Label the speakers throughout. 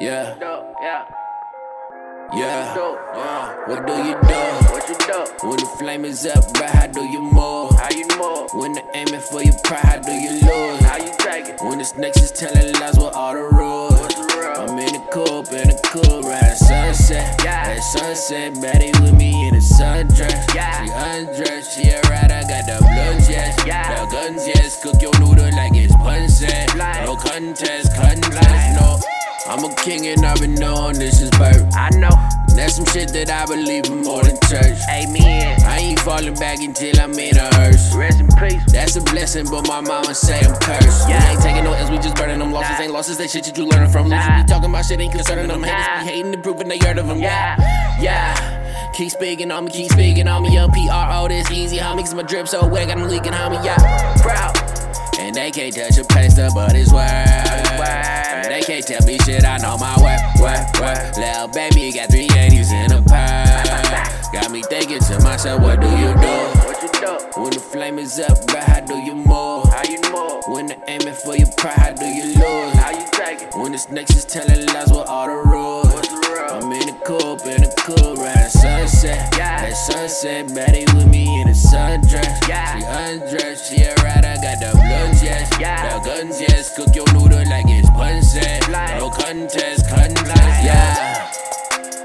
Speaker 1: Yeah,
Speaker 2: Dope, yeah.
Speaker 1: yeah,
Speaker 2: Dope.
Speaker 1: yeah. What do you do?
Speaker 2: What you do?
Speaker 1: When the flame is up, right? How do you move?
Speaker 2: How you move?
Speaker 1: When the aiming for your pride, how do you lose?
Speaker 2: How you take it?
Speaker 1: When the snakes is telling lies with all the rules.
Speaker 2: What's the rub?
Speaker 1: I'm in the coupe, in the coupe, riding sunset.
Speaker 2: Yeah.
Speaker 1: At sunset, Betty with me in a sundress.
Speaker 2: Yeah.
Speaker 1: She undressed, she a rider, got the blood, yes.
Speaker 2: Yeah.
Speaker 1: The guns, yes. Cook your noodle like it's punset.
Speaker 2: Like-
Speaker 1: No contest, contest, no. I'm a king and I've been known this is birth.
Speaker 2: I know.
Speaker 1: That's some shit that I believe in more than church.
Speaker 2: Amen.
Speaker 1: I ain't falling back until I'm in a hearse.
Speaker 2: Rest in peace.
Speaker 1: That's a blessing, but my mama say I'm cursed. Yeah,
Speaker 2: Yeah.
Speaker 1: ain't taking no L's, we just burning them losses.
Speaker 2: Nah.
Speaker 1: Ain't losses, that shit that you learning from. Losers
Speaker 2: Nah.
Speaker 1: be talking about shit, ain't concerning them. Haters
Speaker 2: Nah.
Speaker 1: be hating and proving they heard of them. Yeah,
Speaker 2: Yeah.
Speaker 1: yeah. Keep speaking on me, keep speaking on me. Yo, PRO, this easy, homie, cause my drip so wet, got them leaking, homie. Yeah,
Speaker 2: Proud.
Speaker 1: and they can't touch a pasta, but it's worth. And they can't tell me shit, I know my worth, worth, worth. Lil baby got three 80s in a purse. Got me thinking to myself, what do you do?
Speaker 2: What you do?
Speaker 1: When the flame is up, right, how do you move?
Speaker 2: How you move?
Speaker 1: When the aiming for your pride, how do you lose?
Speaker 2: How you take it?
Speaker 1: When the snakes is telling lies with all the rules.
Speaker 2: What's the rub?
Speaker 1: I'm in the coupe, in the coupe, riding sunset.
Speaker 2: Yeah.
Speaker 1: That sunset, Betty with me in a sundress.
Speaker 2: Yeah.
Speaker 1: She undressed, she a rider, got the bloods, yes.
Speaker 2: Yeah.
Speaker 1: The guns, yes. Cook your noodle like it's punset.
Speaker 2: Like-
Speaker 1: No contest, contest, yeah.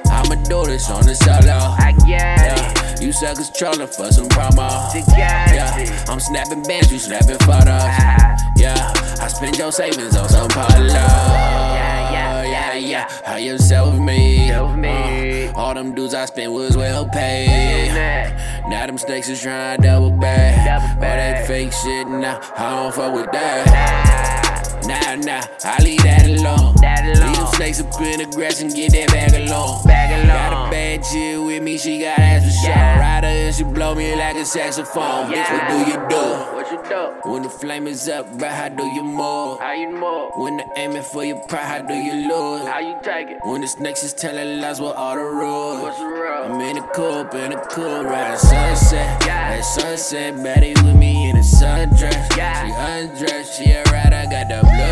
Speaker 1: I'ma do this on the solo.
Speaker 2: I get it.
Speaker 1: Yeah. You suckers trolling for some promo.
Speaker 2: You got
Speaker 1: Yeah,
Speaker 2: it.
Speaker 1: I'm snapping bands, you snapping photos.
Speaker 2: Ah.
Speaker 1: Yeah, I spend your savings on some polo. Yeah,
Speaker 2: yeah,
Speaker 1: Uh, yeah,
Speaker 2: yeah,
Speaker 1: yeah. How you sell with me?
Speaker 2: Self-made.
Speaker 1: Uh, all them dudes I spent was well paid.
Speaker 2: Nah.
Speaker 1: Now them snakes is trying to double back.
Speaker 2: Double
Speaker 1: All that
Speaker 2: back.
Speaker 1: fake shit, nah, I don't fuck with that.
Speaker 2: Ah.
Speaker 1: Nah, nah, I leave that alone.
Speaker 2: That alone.
Speaker 1: Leave them snakes up in the grass and get that bag alone.
Speaker 2: Back alone.
Speaker 1: Got a bad chick with me, she got ass for sure.
Speaker 2: Yeah.
Speaker 1: Rider and she blow me like a saxophone. Bitch, what
Speaker 2: Yeah.
Speaker 1: do you do?
Speaker 2: What you do?
Speaker 1: When the flame is up, right, how do you move?
Speaker 2: How you move?
Speaker 1: When the aiming for your pride, how do you lose?
Speaker 2: How you take it?
Speaker 1: When the snakes is telling lies with all the
Speaker 2: What's the
Speaker 1: rules.
Speaker 2: rub?
Speaker 1: I'm in the coupe, in the coupe, riding sunset.
Speaker 2: Yeah.
Speaker 1: That sunset, Betty with me in a sundress.
Speaker 2: Yeah.
Speaker 1: She undressed, she a rider, got the blood,